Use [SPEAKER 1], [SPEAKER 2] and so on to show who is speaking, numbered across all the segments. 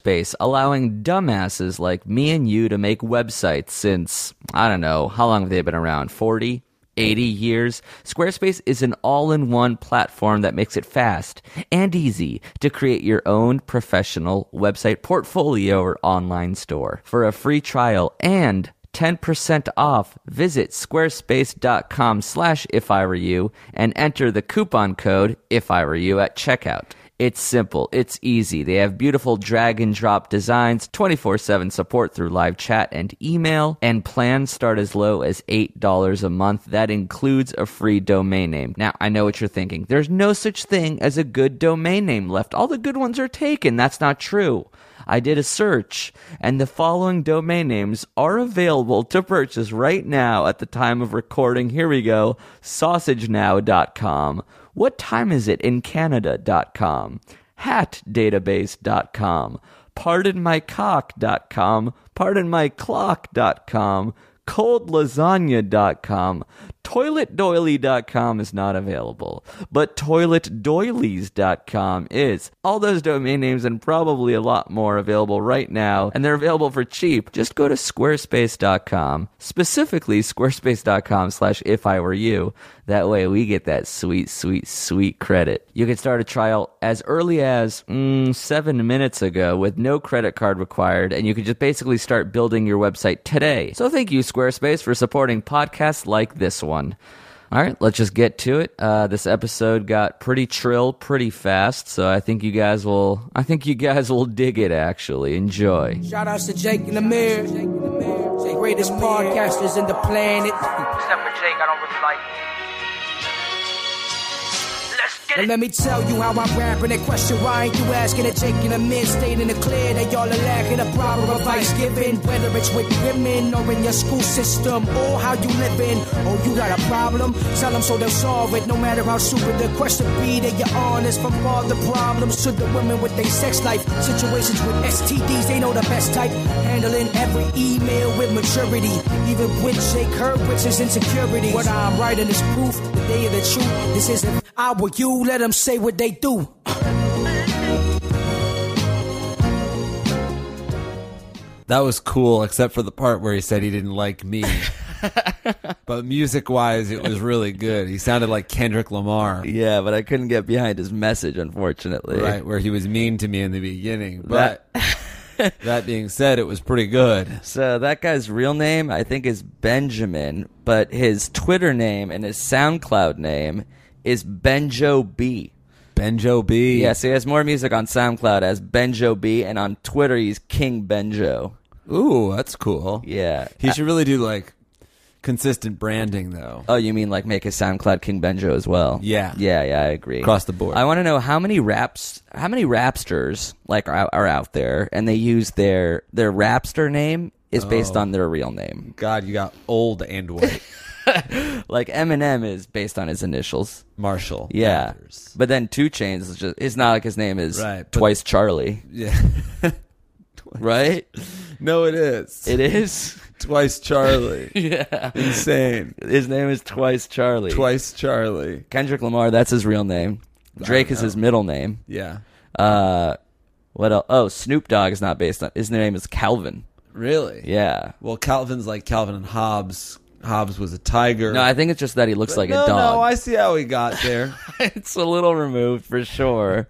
[SPEAKER 1] space, allowing dumbasses like me and you to make websites since, I don't know, how long have they been around? 40? 80 years? Squarespace is an all in one platform that makes it fast and easy to create your own professional website portfolio or online store. For a free trial and 10% off, visit squarespace.com slash if I were you and enter the coupon code if I were you at checkout. It's simple. It's easy. They have beautiful drag and drop designs, 24 7 support through live chat and email, and plans start as low as $8 a month. That includes a free domain name. Now, I know what you're thinking. There's no such thing as a good domain name left. All the good ones are taken. That's not true. I did a search, and the following domain names are available to purchase right now at the time of recording. Here we go sausagenow.com. What time is it in Canada.com? Hatdatabase.com. Pardonmycock.com. Pardonmyclock.com. Coldlasagna.com. ToiletDoily.com is not available, but ToiletDoilies.com is. All those domain names and probably a lot more available right now, and they're available for cheap. Just go to Squarespace.com, specifically Squarespace.com slash if I were you. That way we get that sweet, sweet, sweet credit. You can start a trial as early as mm, seven minutes ago with no credit card required, and you can just basically start building your website today. So thank you, Squarespace, for supporting podcasts like this one. All right, let's just get to it. Uh, this episode got pretty trill, pretty fast, so I think you guys will. I think you guys will dig it. Actually, enjoy.
[SPEAKER 2] Shout outs to Jake and Amir, the greatest podcasters in the planet.
[SPEAKER 3] Except for Jake, I don't really like him. Let's get
[SPEAKER 2] And
[SPEAKER 3] it.
[SPEAKER 2] let me tell you how I'm rapping that question. Why ain't you asking that Jake and Amir stayed in the clear that y'all are lacking the proper advice given? Whether it's with women or in your school system or how you living. Oh, you got a problem? Tell them so they'll solve it. No matter how stupid the question be, that you're honest from all the problems to the women with their sex life. Situations with STDs, they know the best type. Handling every email with maturity. Even with Jake Hurwitz's insecurities. What I'm writing is proof that they are the truth. This isn't I were you, let them say what they do.
[SPEAKER 4] That was cool, except for the part where he said he didn't like me. but music wise, it was really good. He sounded like Kendrick Lamar,
[SPEAKER 1] Yeah, but I couldn't get behind his message, unfortunately.
[SPEAKER 4] right? Where he was mean to me in the beginning. But that being said, it was pretty good.
[SPEAKER 1] So that guy's real name, I think, is Benjamin, but his Twitter name and his SoundCloud name is Benjo B.
[SPEAKER 4] Benjo B.
[SPEAKER 1] Yeah, so he has more music on SoundCloud as Benjo B, and on Twitter he's King Benjo.
[SPEAKER 4] Ooh, that's cool.
[SPEAKER 1] Yeah.
[SPEAKER 4] He should really do like consistent branding, though.
[SPEAKER 1] Oh, you mean like make his SoundCloud King Benjo as well?
[SPEAKER 4] Yeah.
[SPEAKER 1] yeah, yeah. I agree.
[SPEAKER 4] Across the board.
[SPEAKER 1] I want to know how many raps, how many rapsters like are, are out there, and they use their their rapster name is
[SPEAKER 4] Oh.
[SPEAKER 1] based on their real name.
[SPEAKER 4] God, you got old and white.
[SPEAKER 1] Like Eminem is based on his initials.
[SPEAKER 4] Marshall.
[SPEAKER 1] Yeah,
[SPEAKER 4] Mathers.
[SPEAKER 1] but then Two Chains is just. It's not like his name is
[SPEAKER 4] Right, but-
[SPEAKER 1] twice Charlie,
[SPEAKER 4] Yeah.
[SPEAKER 1] right?
[SPEAKER 4] no, it is.
[SPEAKER 1] it is.
[SPEAKER 4] Twice Charlie. yeah. Insane.
[SPEAKER 1] His name is twice Charlie.
[SPEAKER 4] Twice Charlie.
[SPEAKER 1] Kendrick Lamar. That's his real name. Drake is his middle name.
[SPEAKER 4] Yeah.
[SPEAKER 1] Uh, what else? Oh, Snoop Dogg is not based on. His name is Calvin.
[SPEAKER 4] Really?
[SPEAKER 1] Yeah.
[SPEAKER 4] Well, Calvin's like Calvin and Hobbes Hobbs was a tiger.
[SPEAKER 1] No, I think it's just that he looks like
[SPEAKER 4] no,
[SPEAKER 1] a dog.
[SPEAKER 4] No, I see how he got there.
[SPEAKER 1] it's a little removed for sure.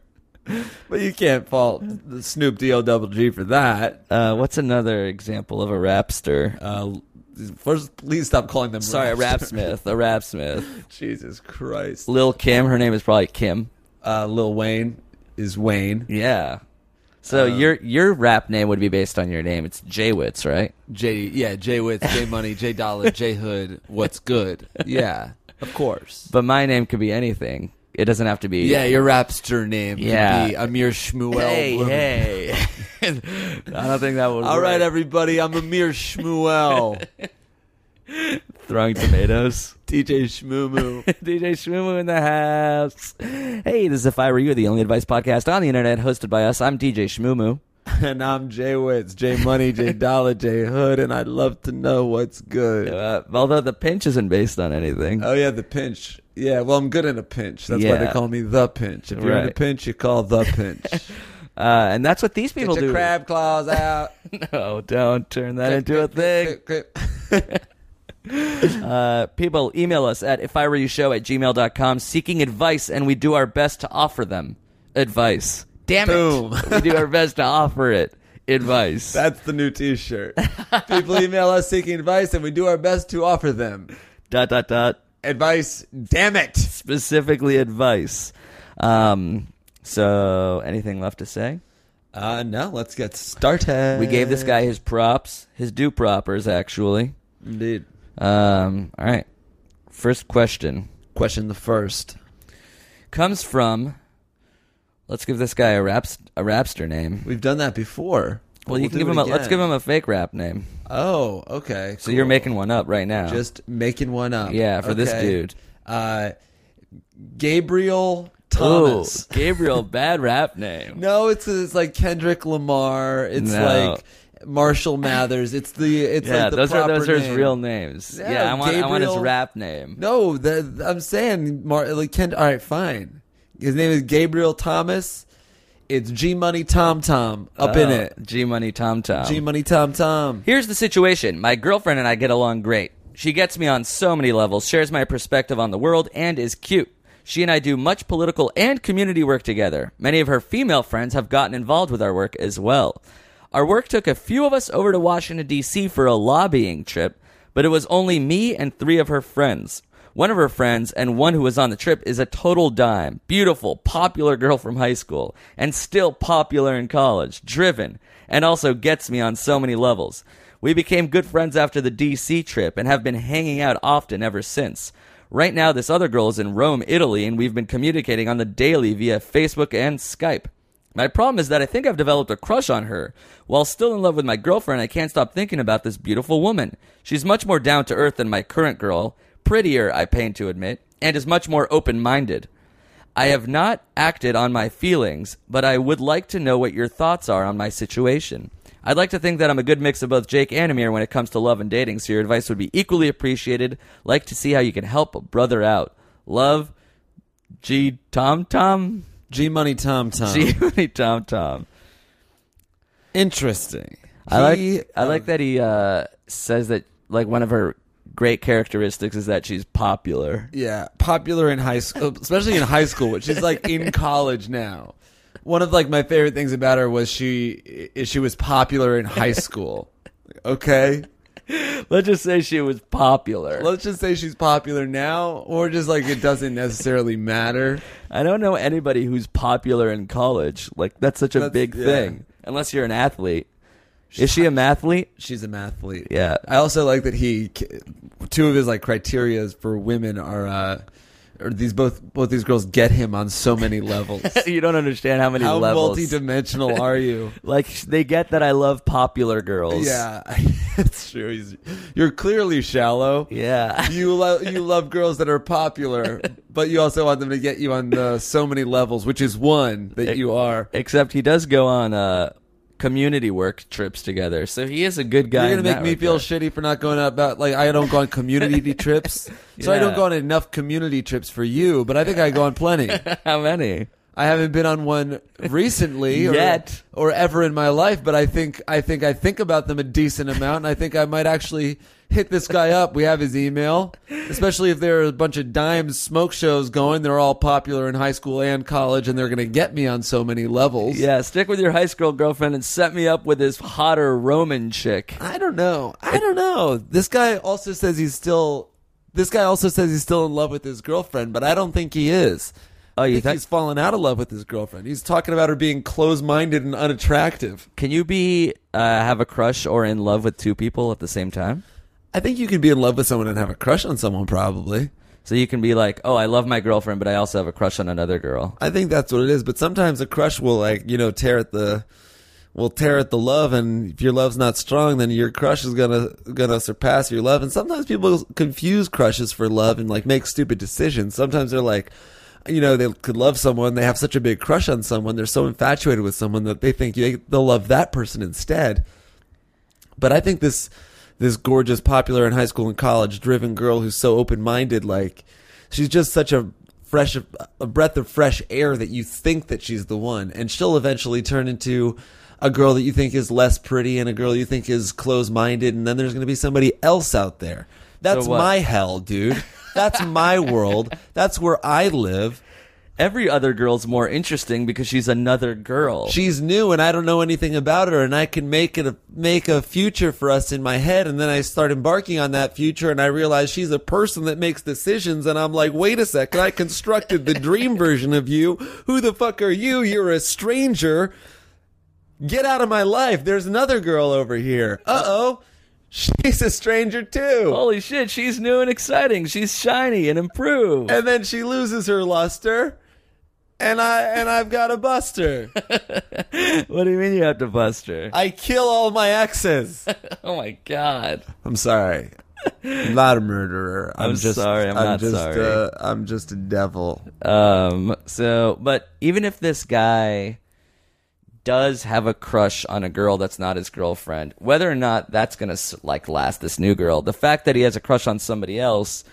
[SPEAKER 4] but you can't fault the Snoop D O double G for that.
[SPEAKER 1] Uh, what's another example of a rapster?
[SPEAKER 4] Uh, first, please stop calling them.
[SPEAKER 1] Sorry, a
[SPEAKER 4] raps.
[SPEAKER 1] rapsmith, a rapsmith.
[SPEAKER 4] Jesus Christ.
[SPEAKER 1] Lil Kim, her name is probably Kim.
[SPEAKER 4] Uh, Lil Wayne is Wayne.
[SPEAKER 1] Yeah. So
[SPEAKER 4] Um,
[SPEAKER 1] your your rap name would be based on your name. It's Jaywitz, right?
[SPEAKER 4] J yeah, J Witz, J Money, J Dollar, J Hood. What's good? Yeah, of course.
[SPEAKER 1] But my name could be anything. It doesn't have to be.
[SPEAKER 4] Yeah, your rapster name. could
[SPEAKER 1] Yeah.
[SPEAKER 4] be Amir Shmuel.
[SPEAKER 1] Hey,
[SPEAKER 4] Bloom.
[SPEAKER 1] hey. I don't think that would.
[SPEAKER 4] All right,
[SPEAKER 1] work.
[SPEAKER 4] everybody. I'm Amir Shmuel.
[SPEAKER 1] throwing tomatoes.
[SPEAKER 4] DJ Shmumu.
[SPEAKER 1] DJ Shmoo in the house. Hey, this is If I Were You, the only advice podcast on the internet hosted by us. I'm DJ Shmoo.
[SPEAKER 4] and I'm J Witz, J Money, J Dollar, J Hood, and I'd love to know what's good.
[SPEAKER 1] Uh, although the pinch isn't based on anything.
[SPEAKER 4] Oh yeah, the pinch. Yeah, well, I'm good in a pinch. That's why they
[SPEAKER 1] Yeah.
[SPEAKER 4] call me the pinch. If you're in a
[SPEAKER 1] Right.
[SPEAKER 4] pinch, you call the pinch.
[SPEAKER 1] Uh, and that's what these people
[SPEAKER 4] Get
[SPEAKER 1] do.
[SPEAKER 4] your crab claws out.
[SPEAKER 1] No, don't turn that into a thing.
[SPEAKER 4] Clip, clip, clip.
[SPEAKER 1] Uh, people email us at if I were you show at gmail.com seeking advice, and we do our best to offer them advice. Damn
[SPEAKER 4] Boom.
[SPEAKER 1] it. we do our best to offer it advice.
[SPEAKER 4] That's the new T-shirt. People email us seeking advice, and we do our best to offer them
[SPEAKER 1] dot, dot, dot.
[SPEAKER 4] advice. Damn it!
[SPEAKER 1] Specifically advice. Um, so, anything left to say?
[SPEAKER 4] Uh, no, let's get started.
[SPEAKER 1] We gave this guy
[SPEAKER 4] Uh,
[SPEAKER 1] his props, his due propers, actually.
[SPEAKER 4] indeed.
[SPEAKER 1] Um, all right. First question
[SPEAKER 4] Question the first.
[SPEAKER 1] comes from. Let's give this guy a raps a rapster name.
[SPEAKER 4] We've done that before. but
[SPEAKER 1] Well, you
[SPEAKER 4] we'll
[SPEAKER 1] can
[SPEAKER 4] do
[SPEAKER 1] give
[SPEAKER 4] it
[SPEAKER 1] him. A, let's
[SPEAKER 4] again.
[SPEAKER 1] give him a fake rap name.
[SPEAKER 4] Oh, okay.
[SPEAKER 1] So you're making one up right now.
[SPEAKER 4] just making one up.
[SPEAKER 1] Yeah, for this
[SPEAKER 4] Okay.
[SPEAKER 1] dude.
[SPEAKER 4] Uh, Gabriel
[SPEAKER 1] Ooh,
[SPEAKER 4] Thomas.
[SPEAKER 1] Gabriel, bad rap name.
[SPEAKER 4] No, it's it's like Kendrick Lamar. It's
[SPEAKER 1] No.
[SPEAKER 4] like Marshall Mathers. It's the it's
[SPEAKER 1] yeah,
[SPEAKER 4] like the
[SPEAKER 1] those are
[SPEAKER 4] proper
[SPEAKER 1] those are his
[SPEAKER 4] name.
[SPEAKER 1] real names.
[SPEAKER 4] Yeah,
[SPEAKER 1] Yeah, I want I want his
[SPEAKER 4] Gabriel-
[SPEAKER 1] rap name.
[SPEAKER 4] No, the, I'm saying Mar- like Kend- All right, fine. His name is Gabriel Thomas. It's G Money Tom Tom up in it.
[SPEAKER 1] G Money Uh, Tom Oh, Tom.
[SPEAKER 4] G Money Tom Tom.
[SPEAKER 1] Here's the situation. My girlfriend and I get along great. She gets me on so many levels, shares my perspective on the world, and is cute. She and I do much political and community work together. Many of her female friends have gotten involved with our work as well. Our work took a few of us over to Washington, D.C. for a lobbying trip, but it was only me and three of her friends. One of her friends and one who was on the trip is a total dime. Beautiful, popular girl from high school and still popular in college, driven, and also gets me on so many levels. We became good friends after the DC trip and have been hanging out often ever since. Right now, this other girl is in Rome, Italy, and we've been communicating on the daily via Facebook and Skype. My problem is that I think I've developed a crush on her. While still in love with my girlfriend, I can't stop thinking about this beautiful woman. She's much more down to earth than my current girl, prettier, I pain to admit, and is much more open minded. I have not acted on my feelings, but I would like to know what your thoughts are on my situation. I'd like to think that I'm a good mix of both Jake and Amir when it comes to love and dating, so your advice would be equally appreciated. Like to see how you can help a brother out. Love, G Tom Tom.
[SPEAKER 4] G Money Tom Tom.
[SPEAKER 1] G Tom Tom.
[SPEAKER 4] Interesting.
[SPEAKER 1] I like
[SPEAKER 4] He- um,
[SPEAKER 1] I like that he uh, says that like one of her great characteristics is that she's popular.
[SPEAKER 4] Yeah, popular in high school, especially in high school, which is like in college now. One of like my favorite things about her was she is she was popular in high school. Okay,
[SPEAKER 1] Let's just say she was popular.
[SPEAKER 4] let's just say she's popular now, or just like it doesn't necessarily matter.
[SPEAKER 1] I don't know anybody who's popular in college. Like that's such a
[SPEAKER 4] That's-
[SPEAKER 1] big
[SPEAKER 4] yeah.
[SPEAKER 1] thing. Unless you're an athlete. Is she a mathlete?
[SPEAKER 4] She's an athlete.
[SPEAKER 1] Yeah.
[SPEAKER 4] I also like that he two of his like criterias for women are uh or these both both these girls get him on so many levels.
[SPEAKER 1] you don't understand how many
[SPEAKER 4] How
[SPEAKER 1] levels.
[SPEAKER 4] multidimensional are you?
[SPEAKER 1] like they get that I love popular girls.
[SPEAKER 4] Yeah, it's true. He's, you're clearly shallow.
[SPEAKER 1] Yeah.
[SPEAKER 4] You love you love girls that are popular, but you also want them to get you on the so many levels, which is one that you are.
[SPEAKER 1] Except he does go on uh community work trips together. So he is a good guy.
[SPEAKER 4] You're gonna
[SPEAKER 1] in
[SPEAKER 4] make
[SPEAKER 1] that
[SPEAKER 4] me feel
[SPEAKER 1] regard.
[SPEAKER 4] shitty for not going out about like I don't go on community trips, so I don't
[SPEAKER 1] Yeah.
[SPEAKER 4] go on enough community trips for you. But I think I go on plenty.
[SPEAKER 1] how many?
[SPEAKER 4] I haven't been on one recently or-
[SPEAKER 1] Yet.
[SPEAKER 4] or, ever in my life, but I think I think I think about them a decent amount, and I think I might actually hit this guy up. We have his email, especially if there are a bunch of dime smoke shows going. They're all popular in high school and college, and they're going to get me on so many levels.
[SPEAKER 1] Yeah, stick with your high school girlfriend and set me up with this hotter Roman chick.
[SPEAKER 4] I don't know. I don't know. This guy also says he's still. This guy also says he's still in love with his girlfriend, but I don't think he is.
[SPEAKER 1] Oh,
[SPEAKER 4] I
[SPEAKER 1] you
[SPEAKER 4] think
[SPEAKER 1] think?
[SPEAKER 4] he's fallen out of love with his girlfriend. He's talking about her being closed-minded and unattractive.
[SPEAKER 1] Can you be uh, have a crush or in love with two people at the same time?
[SPEAKER 4] I think you can be in love with someone and have a crush on someone. Probably.
[SPEAKER 1] So you can be like, oh, I love my girlfriend, but I also have a crush on another girl.
[SPEAKER 4] I think that's what it is. But sometimes a crush will like you know tear at the will tear at the love, and if your love's not strong, then your crush is gonna gonna surpass your love. And sometimes people confuse crushes for love and like make stupid decisions. Sometimes they're like. You know, they could love someone. They have such a big crush on someone. They're so infatuated with someone that they think they- they'll love that person instead. But I think this this gorgeous, popular in high school and college, driven girl who's so open minded, like she's just such a fresh a breath of fresh air that you think that she's the one, and she'll eventually turn into a girl that you think is less pretty and a girl you think is close minded, and then there's going to be somebody else out there. That's
[SPEAKER 1] So what?
[SPEAKER 4] my hell, dude. That's my world. That's where I live.
[SPEAKER 1] Every other girl's more interesting because she's another girl.
[SPEAKER 4] She's new and I don't know anything about her, and I can make it a, make a future for us in my head. And then I start embarking on that future, and I realize she's a person that makes decisions. And I'm like, wait a second, I constructed the dream version of you. Who the fuck are you? You're a stranger. Get out of my life. There's another girl over here. Uh oh, she's a stranger too.
[SPEAKER 1] Holy shit, she's new and exciting. She's shiny and improved.
[SPEAKER 4] and then she loses her luster, and I and I've got to bust her.
[SPEAKER 1] what do you mean you have to bust her?
[SPEAKER 4] I kill all my exes.
[SPEAKER 1] oh my god.
[SPEAKER 4] I'm sorry. I'm not a murderer. I'm,
[SPEAKER 1] I'm
[SPEAKER 4] just
[SPEAKER 1] sorry. I'm not
[SPEAKER 4] just,
[SPEAKER 1] sorry.
[SPEAKER 4] Uh, I'm just a devil.
[SPEAKER 1] Um, so, but even if this guy does have a crush on a girl that's not his girlfriend, whether or not that's gonna s- like last this new girl, the fact that he has a crush on somebody else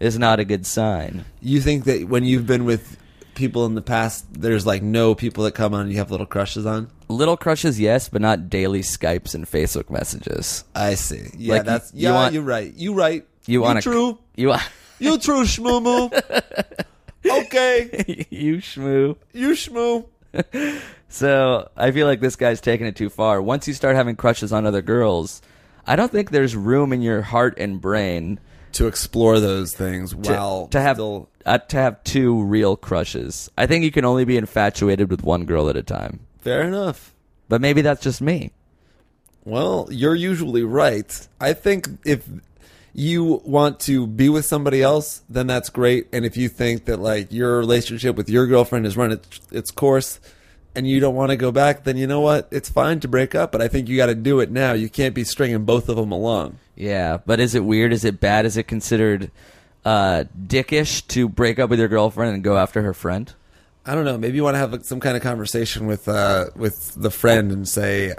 [SPEAKER 1] is not a good sign.
[SPEAKER 4] You think that when you've been with people in the past, there's like no people that come on you have little crushes on?
[SPEAKER 1] Little crushes, yes, but not daily Skypes and Facebook messages.
[SPEAKER 4] I see. Yeah,
[SPEAKER 1] Like,
[SPEAKER 4] that's
[SPEAKER 1] you
[SPEAKER 4] yeah.
[SPEAKER 1] want-
[SPEAKER 4] you're right. You right.
[SPEAKER 1] You want a
[SPEAKER 4] true?
[SPEAKER 1] You want
[SPEAKER 4] You true shmoo Okay,
[SPEAKER 1] you schmoo.
[SPEAKER 4] you shmoo.
[SPEAKER 1] So I feel like this guy's taking it too far. Once you start having crushes on other girls, I don't think there's room in your heart and brain
[SPEAKER 4] To explore those things
[SPEAKER 1] to,
[SPEAKER 4] while
[SPEAKER 1] to have
[SPEAKER 4] still
[SPEAKER 1] uh, to have two real crushes. I think you can only be infatuated with one girl at a time.
[SPEAKER 4] fair enough.
[SPEAKER 1] But maybe that's just me.
[SPEAKER 4] Well, you're usually right. I think if you want to be with somebody else, then that's great. And if you think that like your relationship with your girlfriend has run its, its course and you don't want to go back, then you know what? It's fine to break up, but I think you got to do it now. You can't be stringing both of them along.
[SPEAKER 1] Yeah, but is it weird? Is it bad? Is it considered uh, dickish to break up with your girlfriend and go after her friend?
[SPEAKER 4] I don't know. Maybe you want to have like, some kind of conversation with uh, with the friend and say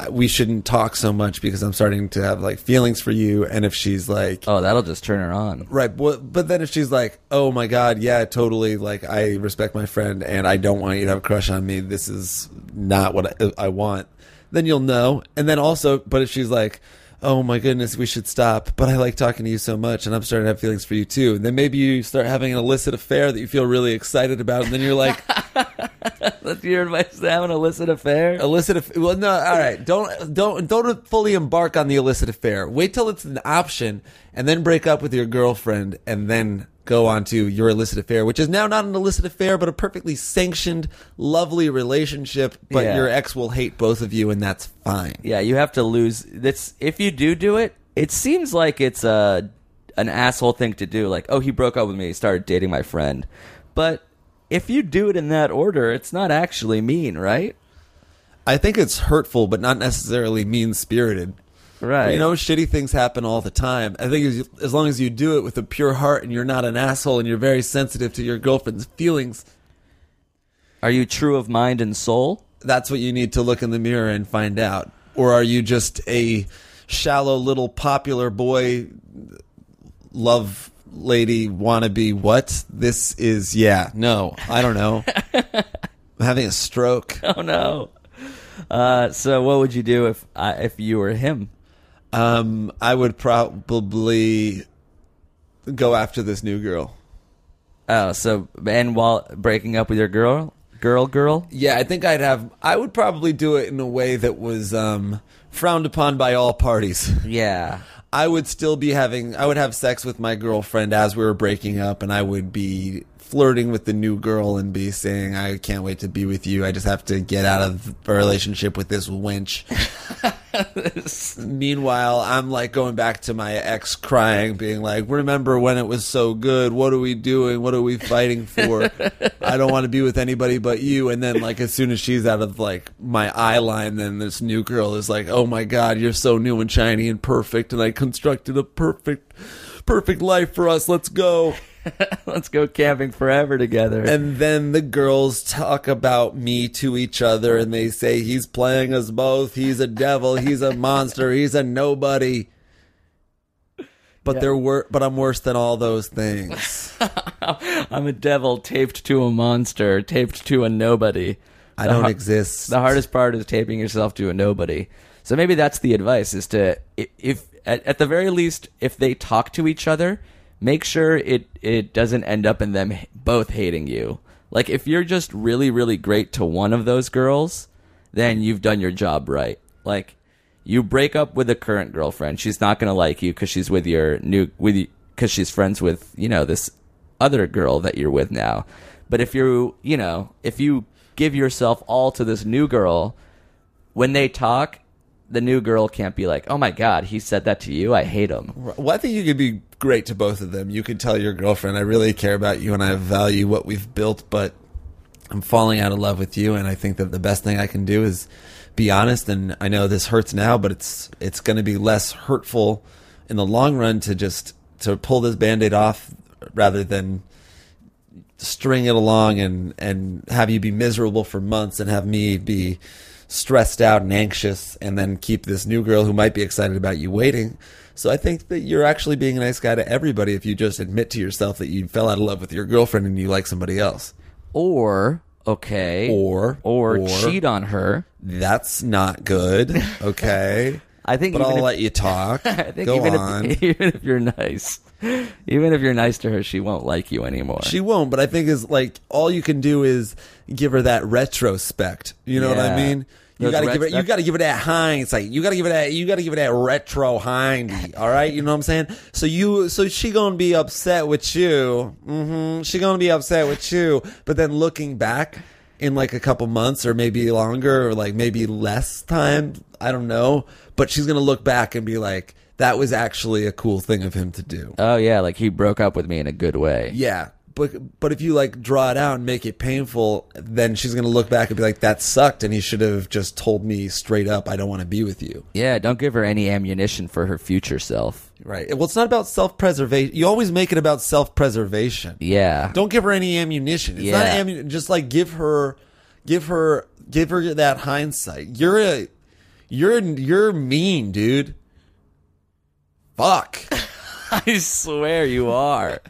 [SPEAKER 4] "I- we shouldn't talk so much because I'm starting to have like feelings for you. And if she's like,
[SPEAKER 1] Oh, that'll just turn her on.
[SPEAKER 4] Right, but, but then if she's like, "Oh my god, yeah, totally," like I respect my friend and I don't want you to have a crush on me. This is not what I, I want. Then you'll know. And then also, but if she's like, "Oh my goodness, we should stop," but I like talking to you so much and I'm starting to have feelings for you too. Then maybe you start having an illicit affair that you feel really excited about, and then you're like,
[SPEAKER 1] That's your advice to have an illicit affair?
[SPEAKER 4] illicit aff- well no all right don't don't don't fully embark on the illicit affair wait till it's an option and then break up with your girlfriend and then go on to your illicit affair which is now not an illicit affair but a perfectly sanctioned lovely relationship but
[SPEAKER 1] Yeah.
[SPEAKER 4] your ex will hate both of you and that's fine
[SPEAKER 1] Yeah, you have to lose. That's if you do do it. It seems like it's a an asshole thing to do. Like, oh, he broke up with me, he started dating my friend. But if you do it in that order, it's not actually mean, right?
[SPEAKER 4] i think it's hurtful but not necessarily mean spirited
[SPEAKER 1] Right.
[SPEAKER 4] You know, shitty things happen all the time. I think as, as long as you do it with a pure heart and you're not an asshole and you're very sensitive to your girlfriend's feelings,
[SPEAKER 1] are you true of mind and soul?
[SPEAKER 4] that's what you need to look in the mirror and find out or are you just a shallow little popular boy love lady wannabe what? This is yeah. No, I don't know. I'm having a stroke.
[SPEAKER 1] Oh no. Uh, so what would you do if I, if you were him?
[SPEAKER 4] Um, I would probably go after this new girl.
[SPEAKER 1] Oh, so and while breaking up with your girl, girl, girl.
[SPEAKER 4] Yeah, I think I'd have. I would probably do it in a way that was um, frowned upon by all parties.
[SPEAKER 1] Yeah.
[SPEAKER 4] I would still be having. I would have sex with my girlfriend as we were breaking up, and I would be flirting with the new girl and be saying, "I can't wait to be with you. I just have to get out of a relationship with this wench." Meanwhile, I'm like going back to my ex, crying, being like, "Remember when it was so good? What are we doing? What are we fighting for? I don't want to be with anybody but you." And then, like, as soon as she's out of like my eye line, then this new girl is like, "Oh my god, you're so new and shiny and perfect, and I constructed a perfect, perfect life for us. Let's go."
[SPEAKER 1] Let's go camping forever together.
[SPEAKER 4] And then the girls talk about me to each other and they say, He's playing us both. He's a devil. He's a monster. He's a nobody. But they're wor- but I'm worse than all those things.
[SPEAKER 1] I'm a devil taped to a monster, taped to a nobody.
[SPEAKER 4] I don't exist.
[SPEAKER 1] The hardest part is taping yourself to a nobody. So maybe that's the advice is to i- if at, at the very least if they talk to each other, make sure it it doesn't end up in them h- both hating you. Like if you're just really really great to one of those girls, then you've done your job right. Like you break up with a current girlfriend, she's not going to like you cuz she's with your new with cuz she's friends with, you know, this other girl that you're with now. But if you, you know, if you give yourself all to this new girl, when they talk, the new girl can't be like, "Oh my god, he said that to you. I hate him."
[SPEAKER 4] Well, I think you could be great to both of them. You could tell your girlfriend, I really care about you and I value what we've built, but I'm falling out of love with you. And I think that the best thing I can do is be honest. And I know this hurts now, but it's, it's going to be less hurtful in the long run to just, to pull this band-aid off rather than string it along and, and have you be miserable for months and have me be stressed out and anxious and then keep this new girl who might be excited about you waiting. So I think that you're actually being a nice guy to everybody if you just admit to yourself that you fell out of love with your girlfriend and you like somebody else.
[SPEAKER 1] Or okay,
[SPEAKER 4] Or-
[SPEAKER 1] or,
[SPEAKER 4] or-
[SPEAKER 1] cheat on her.
[SPEAKER 4] That's not good. Okay.
[SPEAKER 1] I think
[SPEAKER 4] but
[SPEAKER 1] even
[SPEAKER 4] I'll
[SPEAKER 1] if-
[SPEAKER 4] let you talk.
[SPEAKER 1] I think
[SPEAKER 4] Go
[SPEAKER 1] even
[SPEAKER 4] on.
[SPEAKER 1] if even if you're nice, even if you're nice to her, she won't like you anymore.
[SPEAKER 4] She won't, but I think is like all you can do is give her that retrospect. You know what I
[SPEAKER 1] Yeah.
[SPEAKER 4] mean? You
[SPEAKER 1] Those
[SPEAKER 4] gotta give
[SPEAKER 1] ret-
[SPEAKER 4] it. You gotta give it that hindsight. You gotta give it that. You gotta give it that retro hindy. All right, you know what I'm saying? So you, so she gonna be upset with you. hmm She gonna be upset with you. But then looking back in like a couple months or maybe longer or like maybe less time, I don't know. But she's gonna look back and be like, that was actually a cool thing of him to do.
[SPEAKER 1] oh yeah, like he broke up with me in a good way.
[SPEAKER 4] Yeah, but but if you like draw it out and make it painful, then she's gonna look back and be like, "That sucked," and he should have just told me straight up, "I don't want to be with you."
[SPEAKER 1] yeah, don't give her any ammunition for her future self.
[SPEAKER 4] Right. Well, it's not about self preservation. You always make it about self preservation.
[SPEAKER 1] Yeah.
[SPEAKER 4] Don't give her any ammunition. It's not
[SPEAKER 1] Yeah.
[SPEAKER 4] ammunition. Just like give her, give her, give her that hindsight. You're a, you're you're mean, dude. Fuck.
[SPEAKER 1] I swear you are.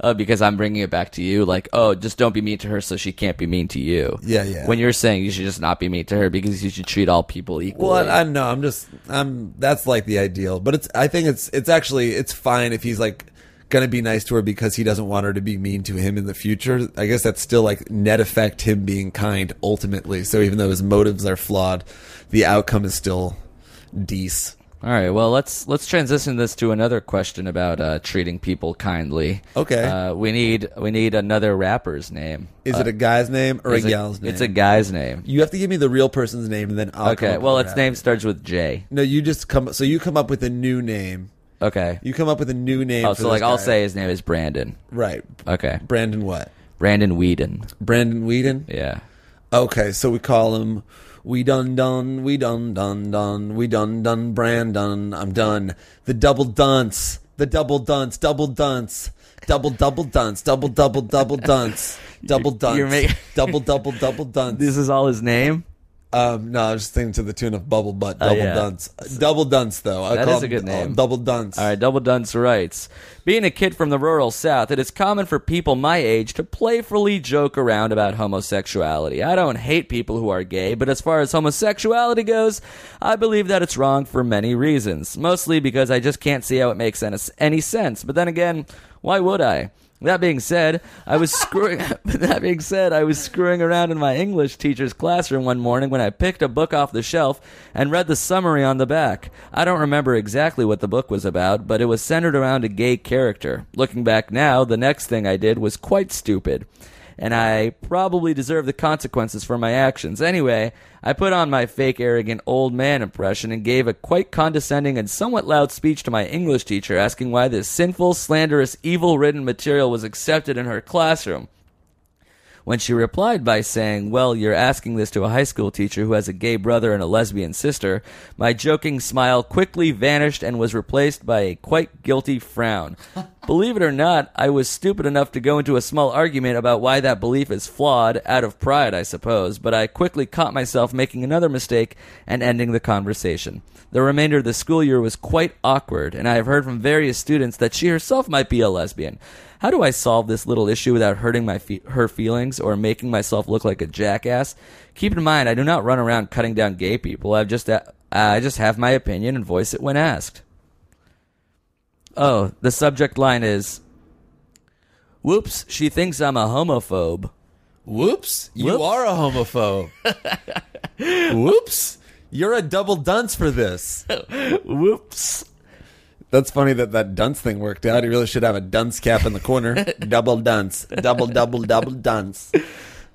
[SPEAKER 1] uh, because I'm bringing it back to you, like, oh, just don't be mean to her, so she can't be mean to you.
[SPEAKER 4] Yeah, yeah.
[SPEAKER 1] When you're saying you should just not be mean to her because you should treat all people equally.
[SPEAKER 4] Well, I, I know. I'm just. I'm. That's like the ideal, but it's. I think it's. It's actually. It's fine if he's like gonna be nice to her because he doesn't want her to be mean to him in the future. I guess that's still like net effect him being kind ultimately. So even though his motives are flawed, the outcome is still dece.
[SPEAKER 1] all right. Well, let's let's transition this to another question about uh, treating people kindly.
[SPEAKER 4] Okay.
[SPEAKER 1] Uh, we need we need another rapper's name.
[SPEAKER 4] Is it a guy's name or a
[SPEAKER 1] It's
[SPEAKER 4] gal's name?
[SPEAKER 1] Uh, It's a guy's name.
[SPEAKER 4] You have to give me the real person's name, and then I'll come
[SPEAKER 1] Okay.
[SPEAKER 4] up
[SPEAKER 1] Well,
[SPEAKER 4] with
[SPEAKER 1] its
[SPEAKER 4] that.
[SPEAKER 1] name starts with J.
[SPEAKER 4] No, you just come. So you come up with a new name.
[SPEAKER 1] Okay.
[SPEAKER 4] You come up with a new name.
[SPEAKER 1] Oh,
[SPEAKER 4] for
[SPEAKER 1] so like
[SPEAKER 4] this
[SPEAKER 1] I'll
[SPEAKER 4] guy.
[SPEAKER 1] say his name is Brandon.
[SPEAKER 4] right.
[SPEAKER 1] Okay.
[SPEAKER 4] Brandon what?
[SPEAKER 1] Brandon Whedon.
[SPEAKER 4] Brandon Whedon.
[SPEAKER 1] Yeah.
[SPEAKER 4] Okay, so we call him We Done Done, We Done Done Done, We Done Done Brandon. I'm done. The double dunce, the double dunce, double dunce, double double dunce, double double double dunce, double
[SPEAKER 1] You're-
[SPEAKER 4] dunce,
[SPEAKER 1] you're making-
[SPEAKER 4] double double double dunce.
[SPEAKER 1] This is all his name.
[SPEAKER 4] Um, no, I was just thinking to the tune of Bubble Butt, Double
[SPEAKER 1] Oh, yeah.
[SPEAKER 4] Dunce. Double Dunce, though. I
[SPEAKER 1] That
[SPEAKER 4] call
[SPEAKER 1] is a
[SPEAKER 4] him,
[SPEAKER 1] good
[SPEAKER 4] uh,
[SPEAKER 1] name.
[SPEAKER 4] Double Dunce.
[SPEAKER 1] All right, Double Dunce writes Being a kid from the rural South, it is common for people my age to playfully joke around about homosexuality. I don't hate people who are gay, but as far as homosexuality goes, I believe that it's wrong for many reasons. Mostly because I just can't see how it makes any- any sense. But then again, why would I? That being said, I was screwing. that being said, I was screwing around in my English teacher's classroom one morning when I picked a book off the shelf and read the summary on the back. I don't remember exactly what the book was about, but it was centered around a gay character. Looking back now, the next thing I did was quite stupid, and I probably deserve the consequences for my actions. Anyway, I put on my fake arrogant old man impression and gave a quite condescending and somewhat loud speech to my English teacher asking why this sinful, slanderous, evil ridden material was accepted in her classroom. When she replied by saying, Well, you're asking this to a high school teacher who has a gay brother and a lesbian sister, my joking smile quickly vanished and was replaced by a quite guilty frown. Believe it or not, I was stupid enough to go into a small argument about why that belief is flawed, out of pride, I suppose, but I quickly caught myself making another mistake and ending the conversation. The remainder of the school year was quite awkward, and I have heard from various students that she herself might be a lesbian. How do I solve this little issue without hurting my fe- her feelings or making myself look like a jackass? Keep in mind, I do not run around cutting down gay people. I've just uh, I just have my opinion and voice it when asked. Oh, the subject line is, "Whoops, she thinks I'm a homophobe."
[SPEAKER 4] Whoops. You
[SPEAKER 1] Whoops.
[SPEAKER 4] are a homophobe. Whoops. You're a double dunce for this.
[SPEAKER 1] Whoops.
[SPEAKER 4] That's funny that that dunce thing worked out. You really should have a dunce cap in the corner. double dunce. Double, double, double dunce.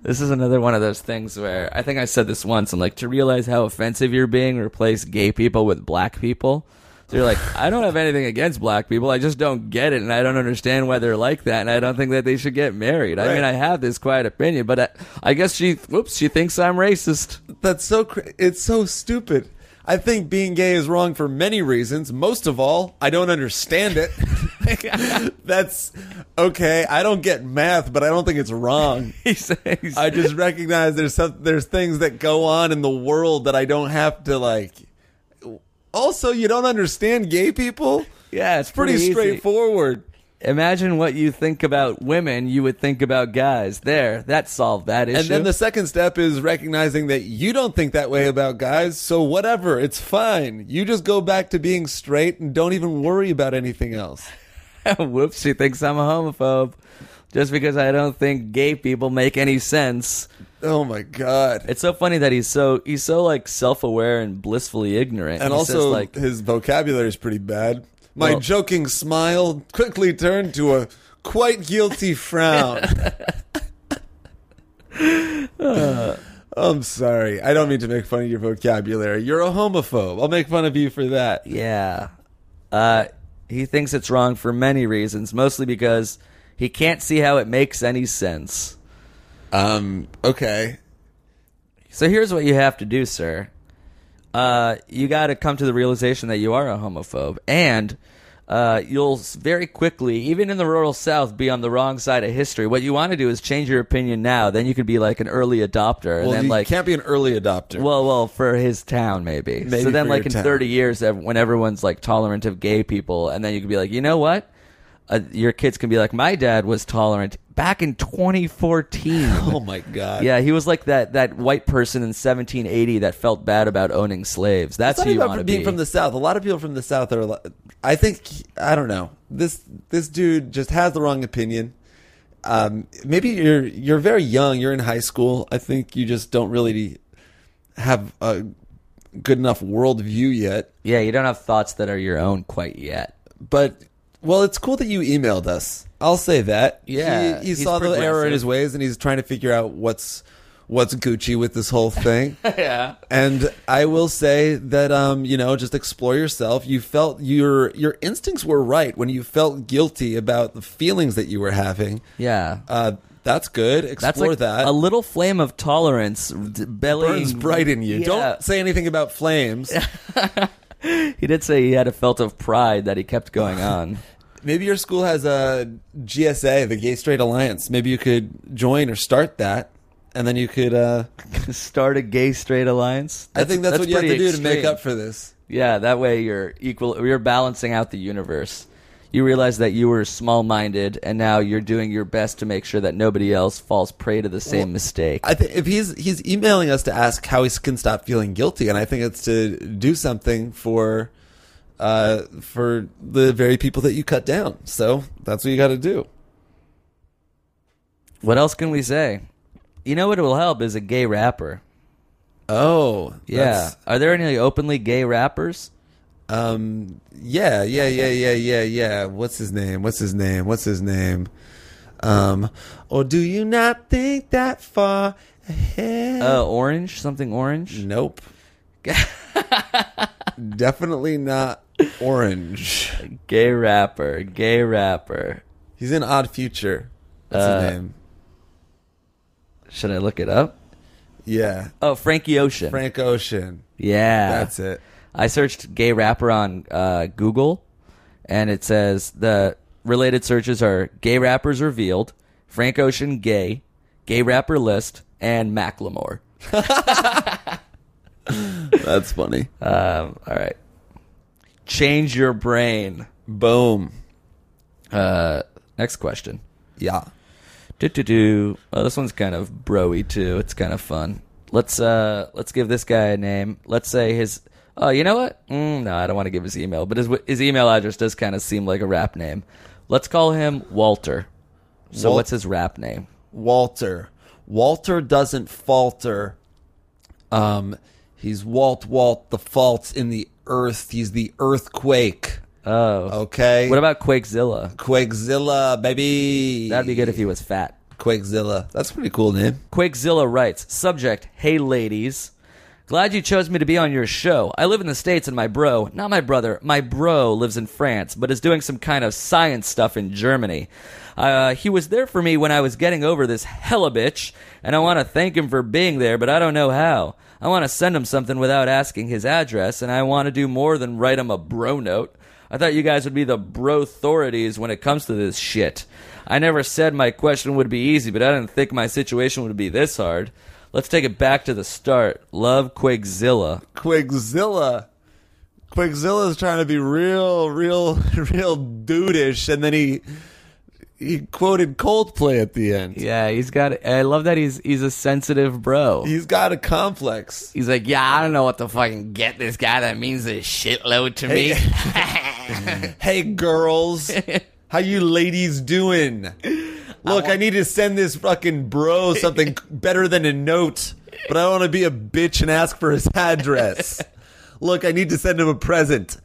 [SPEAKER 1] This is another one of those things where I think I said this once. I'm like, to realize how offensive you're being, replace gay people with black people. So you're like, I don't have anything against black people. I just don't get it, and I don't understand why they're like that, and I don't think that they should get married. I mean,
[SPEAKER 4] Right.
[SPEAKER 1] I have this quiet opinion, but I, I guess she, whoops, she thinks I'm racist.
[SPEAKER 4] That's so. Cr- it's so stupid. I think being gay is wrong for many reasons. Most of all, I don't understand it. That's okay. I don't get math, but I don't think it's wrong.
[SPEAKER 1] He says,
[SPEAKER 4] I just recognize there's some, there's things that go on in the world that I don't have to like. Also, you don't understand gay people.
[SPEAKER 1] yeah, it's
[SPEAKER 4] Pretty,
[SPEAKER 1] pretty, easy.
[SPEAKER 4] straightforward.
[SPEAKER 1] Imagine what you think about women, you would think about guys. There, that solved that issue.
[SPEAKER 4] And then the second step is recognizing that you don't think that way about guys, so whatever, it's fine. You just go back to being straight and don't even worry about anything else.
[SPEAKER 1] Whoops, she thinks I'm a homophobe just because I don't think gay people make any sense.
[SPEAKER 4] Oh my god.
[SPEAKER 1] It's so funny that he's so he's so like self-aware and blissfully ignorant.
[SPEAKER 4] And
[SPEAKER 1] He says,
[SPEAKER 4] also
[SPEAKER 1] like
[SPEAKER 4] his vocabulary is pretty bad. My
[SPEAKER 1] Well-
[SPEAKER 4] joking smile quickly turned to a quite guilty frown. I'm sorry. I don't mean to make fun of your vocabulary. You're a homophobe. I'll make fun of you for that.
[SPEAKER 1] yeah. Uh he thinks it's wrong for many reasons, mostly because he can't see how it makes any sense.
[SPEAKER 4] Um, okay.
[SPEAKER 1] So here's what you have to do, sir. Uh, you got to come to the realization that you are a homophobe, and uh, you'll s- very quickly, even in the rural South, be on the wrong side of history. What you want to do is change your opinion now. Then you could be like an early adopter, and
[SPEAKER 4] Well,
[SPEAKER 1] then
[SPEAKER 4] you
[SPEAKER 1] like
[SPEAKER 4] can't be an early adopter.
[SPEAKER 1] well, well, for his town maybe.
[SPEAKER 4] Maybe
[SPEAKER 1] so then,
[SPEAKER 4] for
[SPEAKER 1] like
[SPEAKER 4] your
[SPEAKER 1] in
[SPEAKER 4] town.
[SPEAKER 1] thirty years, ev- when everyone's like tolerant of gay people, and then you could be like, you know what? Uh, your kids can be like, my dad was tolerant back in 2014.
[SPEAKER 4] Oh my god!
[SPEAKER 1] Yeah, he was like that that white person in 1780 that felt bad about owning slaves.
[SPEAKER 4] it's
[SPEAKER 1] That's
[SPEAKER 4] not
[SPEAKER 1] who you
[SPEAKER 4] even
[SPEAKER 1] want
[SPEAKER 4] from
[SPEAKER 1] to
[SPEAKER 4] being
[SPEAKER 1] be.
[SPEAKER 4] from the south. A lot of people from the south are. li- I think I don't know. This this dude just has the wrong opinion. Um, maybe you're you're very young. You're in high school. I think you just don't really have a good enough worldview yet.
[SPEAKER 1] yeah, you don't have thoughts that are your own quite yet.
[SPEAKER 4] But well, it's cool that you emailed us. I'll say that.
[SPEAKER 1] Yeah,
[SPEAKER 4] he, he
[SPEAKER 1] he's
[SPEAKER 4] saw the error in
[SPEAKER 1] progressive.
[SPEAKER 4] his ways, and he's trying to figure out what's what's Gucci with this whole thing. yeah, and I will say that um, you know, just explore yourself. You felt your your instincts were right when you felt guilty about the feelings that you were having.
[SPEAKER 1] Yeah.
[SPEAKER 4] uh, that's good.
[SPEAKER 1] That's
[SPEAKER 4] Explore
[SPEAKER 1] like
[SPEAKER 4] that.
[SPEAKER 1] a little flame of tolerance d- bellying
[SPEAKER 4] Burns bright in you.
[SPEAKER 1] Yeah.
[SPEAKER 4] Don't say anything about flames.
[SPEAKER 1] He did say he had a felt of pride that he kept going on.
[SPEAKER 4] Maybe your school has a GSA, the Gay Straight Alliance. Maybe you could join or start that and then you could. Uh,
[SPEAKER 1] Start a gay straight alliance.
[SPEAKER 4] I think that's, what you have to
[SPEAKER 1] pretty
[SPEAKER 4] do to make
[SPEAKER 1] extreme.
[SPEAKER 4] up for this.
[SPEAKER 1] Yeah, that way you're equal. You're balancing out the universe. You realize that you were small-minded, and now you're doing your best to make sure that nobody else falls prey to the same mistake.
[SPEAKER 4] I think if he's he's emailing us to ask how he can stop feeling guilty, and I think it's to do something for, uh, for the very people that you cut down. So that's what you got to do.
[SPEAKER 1] what else can we say? You know what will help is a gay rapper.
[SPEAKER 4] Oh
[SPEAKER 1] Yeah. Are there any like, openly gay rappers?
[SPEAKER 4] Um. Yeah. Yeah. Yeah. Yeah. Yeah. Yeah. What's his name? What's his name? What's his name? Um. Or do you not think that far ahead?
[SPEAKER 1] Uh, orange, something orange.
[SPEAKER 4] Nope. Definitely not orange.
[SPEAKER 1] Gay rapper, gay rapper.
[SPEAKER 4] He's in Odd Future. What's his name?
[SPEAKER 1] Should I look it up?
[SPEAKER 4] Yeah.
[SPEAKER 1] Oh, Frankie Ocean.
[SPEAKER 4] Frank Ocean.
[SPEAKER 1] yeah,
[SPEAKER 4] That's it.
[SPEAKER 1] I searched gay rapper on uh, Google, and it says the related searches are gay rappers revealed, Frank Ocean gay, gay rapper list, and Macklemore.
[SPEAKER 4] That's funny.
[SPEAKER 1] Um, all right, change your brain.
[SPEAKER 4] Boom.
[SPEAKER 1] Uh, next question.
[SPEAKER 4] Yeah.
[SPEAKER 1] Do do do. Oh, this one's kind of broy too. It's kind of fun. Let's uh, let's give this guy a name. Let's say his. Oh, you know what? Mm, no, I don't want to give his email, but his his email address does kind of seem like a rap name. Let's call him Walter. So
[SPEAKER 4] Wal-
[SPEAKER 1] what's his rap name?
[SPEAKER 4] Walter. Walter doesn't falter. Um, he's Walt Walt the faults in the earth. He's the earthquake.
[SPEAKER 1] Oh,
[SPEAKER 4] Okay.
[SPEAKER 1] what about Quakezilla?
[SPEAKER 4] Quakezilla, baby?
[SPEAKER 1] That'd be good if he was fat.
[SPEAKER 4] Quakezilla. That's a pretty cool name.
[SPEAKER 1] Quakezilla writes, subject, hey ladies. Glad you chose me to be on your show. I live in the States and my bro, not my brother, my bro lives in France, but is doing some kind of science stuff in Germany. Uh, he was there for me when I was getting over this hella bitch, and I want to thank him for being there, but I don't know how. I want to send him something without asking his address, and I want to do more than write him a bro note. I thought you guys would be the bro authorities when it comes to this shit. I never said my question would be easy, but I didn't think my situation would be this hard. Let's take it back to the start. Love Quigzilla.
[SPEAKER 4] Quigzilla. Quigzilla's trying to be real, real, real dudeish, and then he he quoted Coldplay at the end.
[SPEAKER 1] Yeah, he's got. I love that he's he's a sensitive bro.
[SPEAKER 4] He's got a complex.
[SPEAKER 1] He's like, yeah, I don't know what to fucking get this guy. That means a shitload to me.
[SPEAKER 4] Hey girls, how you ladies doing? Look, I, need to send this fucking bro something better than a note, but I don't want to be a bitch and ask for his address. Look, I need to send him a present.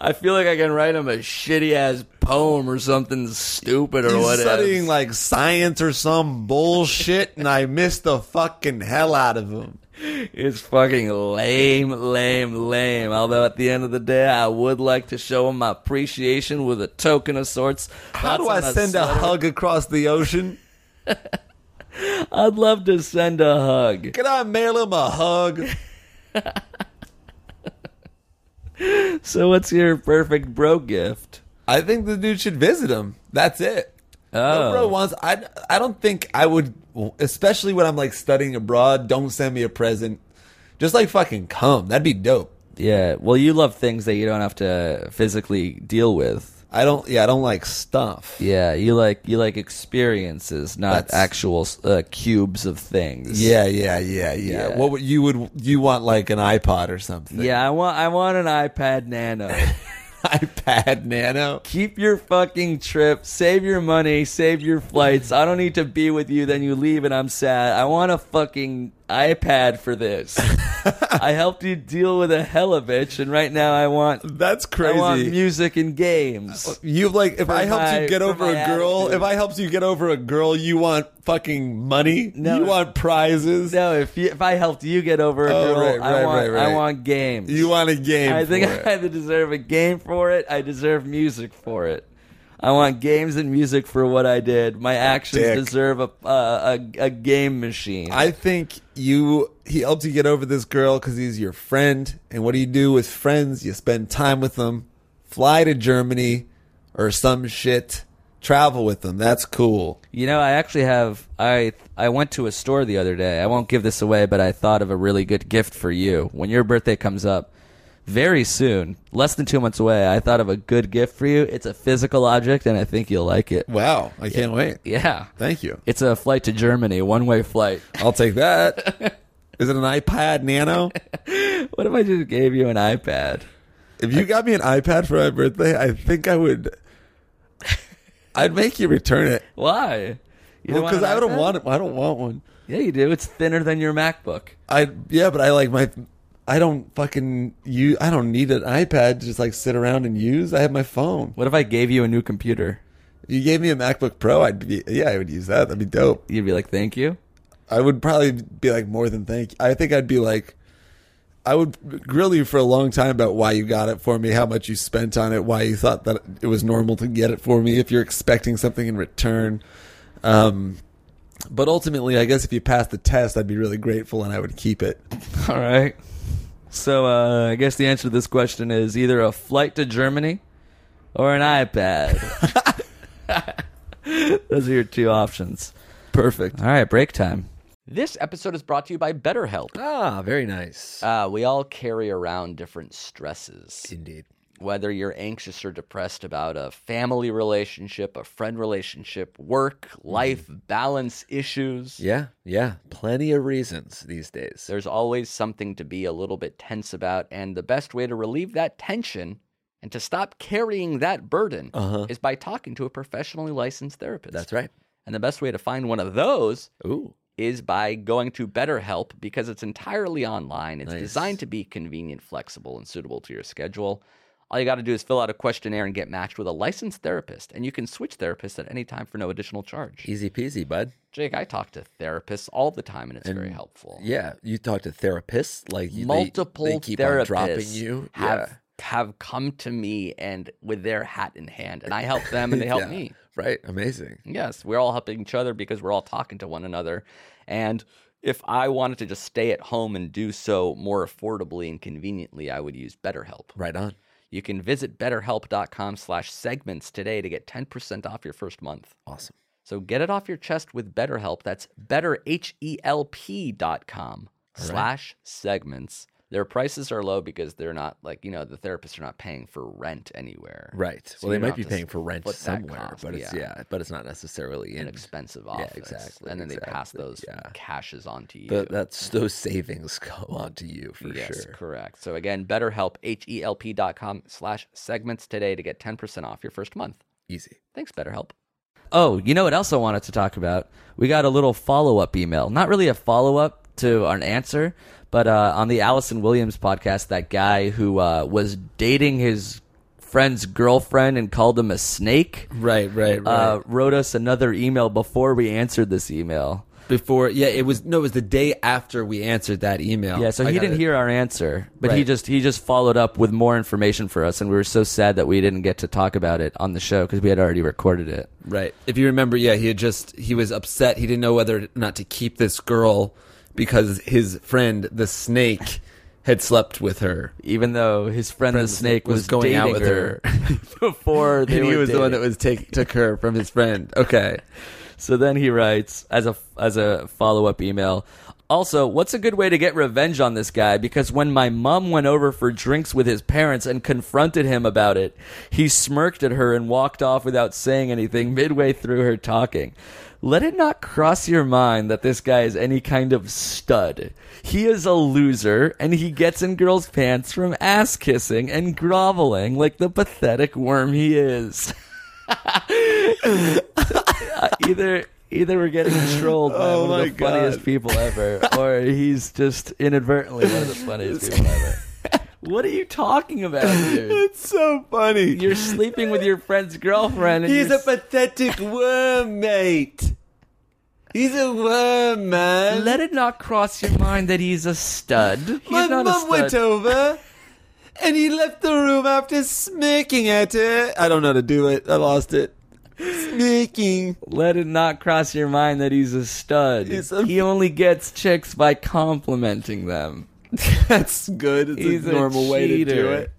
[SPEAKER 1] I feel like I can write him a shitty ass poem or something stupid or
[SPEAKER 4] He's
[SPEAKER 1] whatever.
[SPEAKER 4] studying like science or some bullshit, and I miss the fucking hell out of him.
[SPEAKER 1] It's fucking lame, lame, lame. Although at the end of the day, I would like to show him my appreciation with a token of sorts.
[SPEAKER 4] How do I
[SPEAKER 1] That's on
[SPEAKER 4] send a
[SPEAKER 1] sweater.
[SPEAKER 4] hug across the ocean?
[SPEAKER 1] I'd love to send a hug.
[SPEAKER 4] Can I mail him a hug?
[SPEAKER 1] So, what's your perfect bro gift?
[SPEAKER 4] I think the dude should visit him. That's it.
[SPEAKER 1] Oh.
[SPEAKER 4] No bro wants. I I don't think I would, especially when I'm like studying abroad. Don't send me a present. Just like fucking come. That'd be dope.
[SPEAKER 1] Yeah, well, you love things that you don't have to physically deal with.
[SPEAKER 4] I don't. Yeah, I don't like stuff.
[SPEAKER 1] Yeah, you like you like experiences, not
[SPEAKER 4] That's-
[SPEAKER 1] actual uh, cubes of things.
[SPEAKER 4] Yeah, yeah, yeah, yeah.
[SPEAKER 1] Yeah.
[SPEAKER 4] What would you would you want like an iPod or something?
[SPEAKER 1] yeah. I want I want an iPad Nano.
[SPEAKER 4] iPad Nano.
[SPEAKER 1] keep your fucking trip, save your money, save your flights. I don't need to be with you. Then you leave and I'm sad. I want a fucking iPad for this. I helped you deal with a hella bitch, and right now I want
[SPEAKER 4] That's crazy.
[SPEAKER 1] I want music and games.
[SPEAKER 4] You've like if I helped
[SPEAKER 1] my-
[SPEAKER 4] you get
[SPEAKER 1] for
[SPEAKER 4] over
[SPEAKER 1] my
[SPEAKER 4] a girl,
[SPEAKER 1] attitude.
[SPEAKER 4] if I helped you get over a girl, you want fucking money.
[SPEAKER 1] No.
[SPEAKER 4] You want prizes.
[SPEAKER 1] No, if you, if I helped you get over a
[SPEAKER 4] Oh,
[SPEAKER 1] girl,
[SPEAKER 4] right,
[SPEAKER 1] I
[SPEAKER 4] right,
[SPEAKER 1] want
[SPEAKER 4] right, right.
[SPEAKER 1] I want games.
[SPEAKER 4] You want a game.
[SPEAKER 1] I think
[SPEAKER 4] for it.
[SPEAKER 1] I either deserve a game for it. I deserve music for it. I want games and music for what I did. My actions
[SPEAKER 4] Dick.
[SPEAKER 1] deserve a, uh, a a game machine.
[SPEAKER 4] I think you he helped you get over this girl because he's your friend. And what do you do with friends? You spend time with them, fly to Germany or some shit, travel with them. That's cool.
[SPEAKER 1] You know, I actually have I I went to a store the other day. I won't give this away, but I thought of a really good gift for you when your birthday comes up. Very soon, less than 2 months away, I thought of a good gift for you. It's a physical object and I think you'll like it.
[SPEAKER 4] Wow, I can't wait.
[SPEAKER 1] Yeah.
[SPEAKER 4] Thank you.
[SPEAKER 1] It's a flight to Germany, one-way flight.
[SPEAKER 4] I'll take that. Is it an iPad Nano?
[SPEAKER 1] What if I just gave you an iPad?
[SPEAKER 4] If you got me an iPad for my birthday, I think I would. I'd make you return it
[SPEAKER 1] Why? You don't want
[SPEAKER 4] because
[SPEAKER 1] an
[SPEAKER 4] I don't
[SPEAKER 1] iPad?
[SPEAKER 4] want it. I don't want one.
[SPEAKER 1] Yeah, you do. It's thinner than your MacBook.
[SPEAKER 4] I yeah, but I like my. I don't fucking you. I don't need an iPad to just like sit around and use. I have my phone.
[SPEAKER 1] What if I gave you a new computer?
[SPEAKER 4] If you gave me a MacBook Pro, I'd be yeah, I would use that. That'd be dope.
[SPEAKER 1] You'd be like, "Thank you."
[SPEAKER 4] I would probably be like more than thank. I think I'd be like, I would grill you for a long time about why you got it for me, how much you spent on it, why you thought that it was normal to get it for me, if you're expecting something in return. Um, but ultimately, I guess if you passed the test, I'd be really grateful and I would keep it.
[SPEAKER 1] All right. So uh, I guess the answer to this question is either a flight to Germany or an iPad. Those are your two options.
[SPEAKER 4] Perfect.
[SPEAKER 1] All right, break time. This episode is brought to you by BetterHelp.
[SPEAKER 5] Ah, very nice.
[SPEAKER 1] Uh, we all carry around different stresses.
[SPEAKER 5] Indeed.
[SPEAKER 1] whether you're anxious or depressed about a family relationship, a friend relationship, work, life, balance issues.
[SPEAKER 5] Mm-hmm. Yeah, yeah. Plenty of reasons these days.
[SPEAKER 1] There's always something to be a little bit tense about. And the best way to relieve that tension and to stop carrying that burden is by talking to a professionally licensed therapist.
[SPEAKER 5] Uh-huh. That's right.
[SPEAKER 1] And the best way to find one of those
[SPEAKER 5] Ooh.
[SPEAKER 1] is by going to BetterHelp because it's entirely online. It's designed to be convenient, flexible, and suitable to your schedule. All you got to do is fill out a questionnaire and get matched with a licensed therapist, and you can switch therapists at any time for no additional charge.
[SPEAKER 5] Easy peasy, bud.
[SPEAKER 1] Jake, I talk to therapists all the time, and it's very helpful.
[SPEAKER 5] Yeah, you talk to therapists like you, they-
[SPEAKER 1] multiple
[SPEAKER 5] They, keep
[SPEAKER 1] therapists
[SPEAKER 5] on dropping you.
[SPEAKER 1] have
[SPEAKER 5] yeah,
[SPEAKER 1] have come to me and with their hat in hand, and I help them, and they help
[SPEAKER 5] Yeah.
[SPEAKER 1] me.
[SPEAKER 5] right. Amazing.
[SPEAKER 1] Yes, we're all helping each other because we're all talking to one another. And if I wanted to just stay at home and do so more affordably and conveniently, I would use BetterHelp.
[SPEAKER 5] Right on.
[SPEAKER 1] You can visit betterhelp.com slash segments today to get 10% off your first month.
[SPEAKER 5] Awesome.
[SPEAKER 1] So get it off your chest with BetterHelp. That's betterhelp.com slash segments. Their prices are low because they're not like, you know, the therapists are not paying for rent anywhere.
[SPEAKER 5] Right.
[SPEAKER 1] So
[SPEAKER 5] well, they
[SPEAKER 1] you don't have
[SPEAKER 5] might be
[SPEAKER 1] to
[SPEAKER 5] paying for rent
[SPEAKER 1] foot that
[SPEAKER 5] somewhere,
[SPEAKER 1] cost,
[SPEAKER 5] but it's yeah. but it's not necessarily
[SPEAKER 1] an
[SPEAKER 5] in.
[SPEAKER 1] expensive office.
[SPEAKER 5] exactly,
[SPEAKER 1] And then they pass
[SPEAKER 5] exactly,
[SPEAKER 1] those
[SPEAKER 5] yeah.
[SPEAKER 1] caches on to you.
[SPEAKER 5] But that's those savings go on to you for
[SPEAKER 1] yes,
[SPEAKER 5] sure.
[SPEAKER 1] correct. So again, BetterHelp, H-E-L-P dot com slash segments today to get 10% off your first month.
[SPEAKER 5] Easy.
[SPEAKER 1] Thanks, BetterHelp. Oh, you know what else I wanted to talk about? We got a little follow up email. Not really a follow up to an answer, but uh, on the Allison Williams podcast, that guy who uh, was dating his friend's girlfriend and called him a snake
[SPEAKER 6] Right, right, right.
[SPEAKER 1] uh, wrote us another email before we answered this email.
[SPEAKER 6] Before, yeah, it was no, it was the day after we answered that email.
[SPEAKER 1] Yeah, so
[SPEAKER 6] I
[SPEAKER 1] he
[SPEAKER 6] got
[SPEAKER 1] didn't
[SPEAKER 6] it.
[SPEAKER 1] hear our answer, but he
[SPEAKER 6] Right.
[SPEAKER 1] just he just followed up with more information for us, and we were so sad that we didn't get to talk about it on the show because we had already recorded it.
[SPEAKER 6] Right. If you remember, yeah, he had just he was upset. He didn't know whether or not to keep this girl because his friend the snake had slept with her.
[SPEAKER 1] Even though his friend the snake was, going out with her, before they
[SPEAKER 6] And he
[SPEAKER 1] were
[SPEAKER 6] was the one that
[SPEAKER 1] dating.
[SPEAKER 6] was take took her from his friend. Okay.
[SPEAKER 1] So then he writes as a as a follow up email. Also, what's a good way to get revenge on this guy? Because when my mom went over for drinks with his parents and confronted him about it, he smirked at her and walked off without saying anything midway through her talking. Let it not cross your mind that this guy is any kind of stud. He is a loser, and he gets in girls' pants from ass kissing and groveling like the pathetic worm he is. either either we're getting trolled by
[SPEAKER 6] Oh
[SPEAKER 1] one of the funniest people ever, or he's just inadvertently one of the funniest people ever. What are you talking about, dude?
[SPEAKER 6] It's so funny.
[SPEAKER 1] You're sleeping with your friend's girlfriend. And
[SPEAKER 6] He's
[SPEAKER 1] you're
[SPEAKER 6] a pathetic worm, mate. He's a worm, man.
[SPEAKER 1] Let it not cross your mind that he's a stud. He's
[SPEAKER 6] My
[SPEAKER 1] not a
[SPEAKER 6] mum went
[SPEAKER 1] stud.
[SPEAKER 6] over, and he left the room after smirking at her. I don't know how to do it. I lost it. Smirking.
[SPEAKER 1] Let it not cross your mind that he's a stud.
[SPEAKER 6] He's a-
[SPEAKER 1] He only gets chicks by complimenting them.
[SPEAKER 6] That's good. It's
[SPEAKER 1] He's
[SPEAKER 6] a normal way to do
[SPEAKER 1] cheater.